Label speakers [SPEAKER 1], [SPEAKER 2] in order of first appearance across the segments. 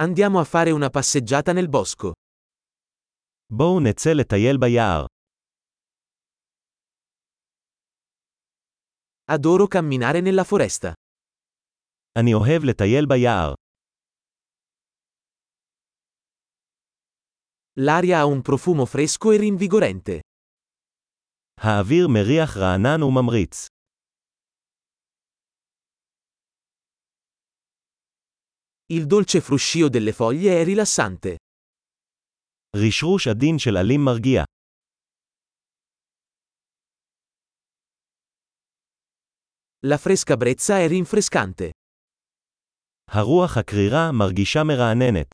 [SPEAKER 1] Andiamo a fare una passeggiata nel bosco.
[SPEAKER 2] בואו נצא לטייל ביער.
[SPEAKER 1] Adoro camminare nella foresta.
[SPEAKER 2] אני אוהב לטייל ביער.
[SPEAKER 1] L'aria ha un profumo fresco e rinvigorente.
[SPEAKER 2] האוויר מריח רענן וממריץ.
[SPEAKER 1] Il dolce fruscio delle foglie è rilassante.
[SPEAKER 2] רשרוש עדין של עלים מרגיע.
[SPEAKER 1] La fresca brezza è rinfrescante.
[SPEAKER 2] הרוח הקרירה מרגישה מרעננת.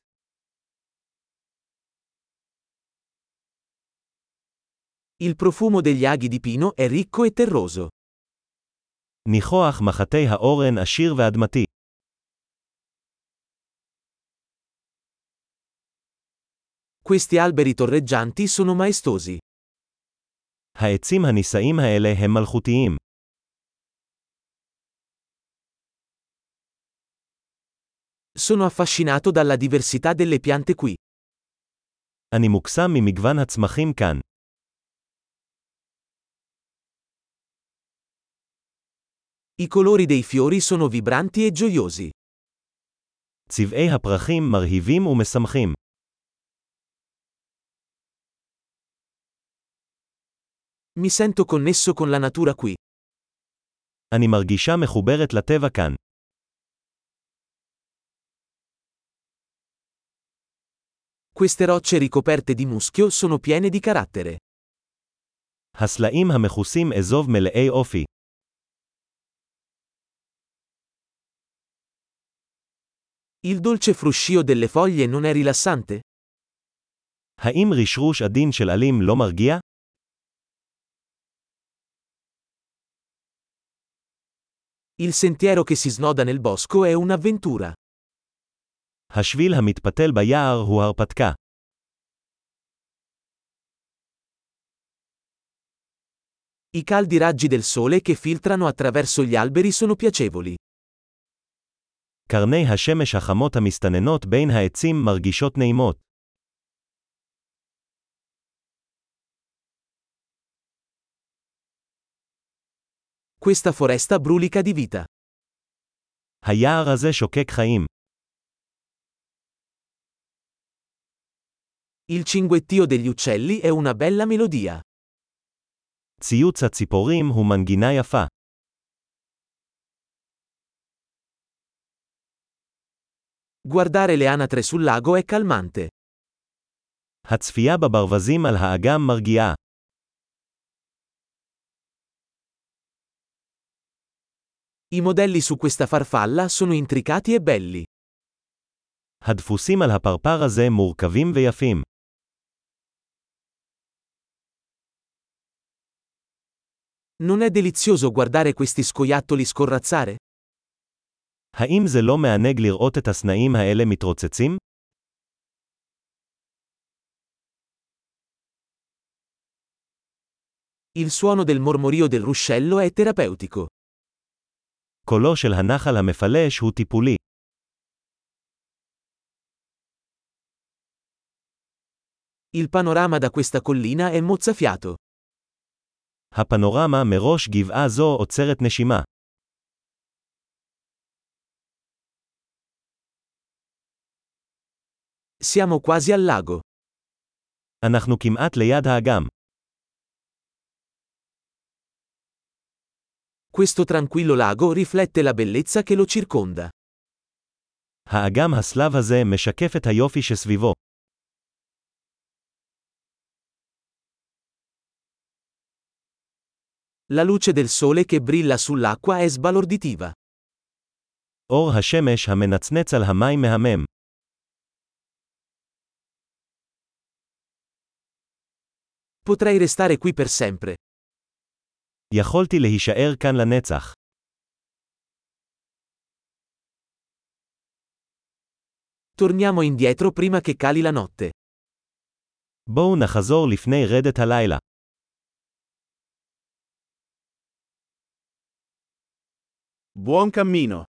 [SPEAKER 1] Il profumo degli aghi di pino è ricco e terroso.
[SPEAKER 2] ניחוח מחטי האורן עשיר ואדמתי.
[SPEAKER 1] Questi alberi torreggianti sono maestosi.
[SPEAKER 2] העצים הנישאים האלה הם מלכותיים.
[SPEAKER 1] Sono affascinato dalla diversità delle piante qui.
[SPEAKER 2] אני מוקסם ממגוון הצמחים כאן.
[SPEAKER 1] I colori dei fiori sono vibranti e gioiosi.
[SPEAKER 2] צבעי הפרחים מרהיבים ומשמחים.
[SPEAKER 1] Mi sento connesso con la natura qui.
[SPEAKER 2] אני מרגישה מחוברת לטבע כאן.
[SPEAKER 1] Queste rocce ricoperte di muschio sono piene di carattere.
[SPEAKER 2] הסלעים המכוסים אזוב מלאי אופי.
[SPEAKER 1] Il dolce fruscio delle foglie non è rilassante?
[SPEAKER 2] האם רשרוש עדין של עלים לא מרגיע?
[SPEAKER 1] Il sentiero che si snoda nel bosco è un'avventura.
[SPEAKER 2] השביל המתפתל ביער הוא הרפתקה.
[SPEAKER 1] I caldi raggi del sole che filtrano attraverso gli alberi sono piacevoli.
[SPEAKER 2] קרני השמש החמות המסתננות בין העצים מרגישות נעימות.
[SPEAKER 1] Questa foresta brulica di vita.
[SPEAKER 2] היער הזה שוקק חיים.
[SPEAKER 1] Il cinguettio degli uccelli è una bella melodia.
[SPEAKER 2] ציוץ הציפורים הוא מנגינה יפה.
[SPEAKER 1] Guardare le anatre sul lago è calmante.
[SPEAKER 2] הצפייה בברווזים על האגם מרגיעה.
[SPEAKER 1] I modelli su questa farfalla sono intricati e belli.
[SPEAKER 2] הדפוסים על הפרפר הזה מורכבים ויפים.
[SPEAKER 1] Non è delizioso guardare questi scoiattoli scorrazzare?
[SPEAKER 2] האם זה לא מענג לראות את הסנאים האלה מתרוצצים?
[SPEAKER 1] Il suono del mormorio del ruscello è terapeutico.
[SPEAKER 2] קולו של הנחל המפלש הוא טיפולי.
[SPEAKER 1] Il panorama da questa collina è mozzafiato.
[SPEAKER 2] הפנורמה מראש גבעה זו עוצרת נשימה.
[SPEAKER 1] Siamo quasi al lago.
[SPEAKER 2] אנחנו כמעט ליד האגם.
[SPEAKER 1] Questo tranquillo lago riflette la bellezza che lo circonda.
[SPEAKER 2] האגם הסלב הזה משקף את היופי שסביבו.
[SPEAKER 1] La luce del sole che brilla sull'acqua è sbalorditiva.
[SPEAKER 2] אור השמש המנצנץ על המים מהמם.
[SPEAKER 1] Potrei restare qui per sempre.
[SPEAKER 2] יכולתי להישאר כאן לנצח.
[SPEAKER 1] Torniamo indietro prima che cali la notte.
[SPEAKER 2] בואו נחזור לפני רדת הלילה.
[SPEAKER 3] Buon cammino!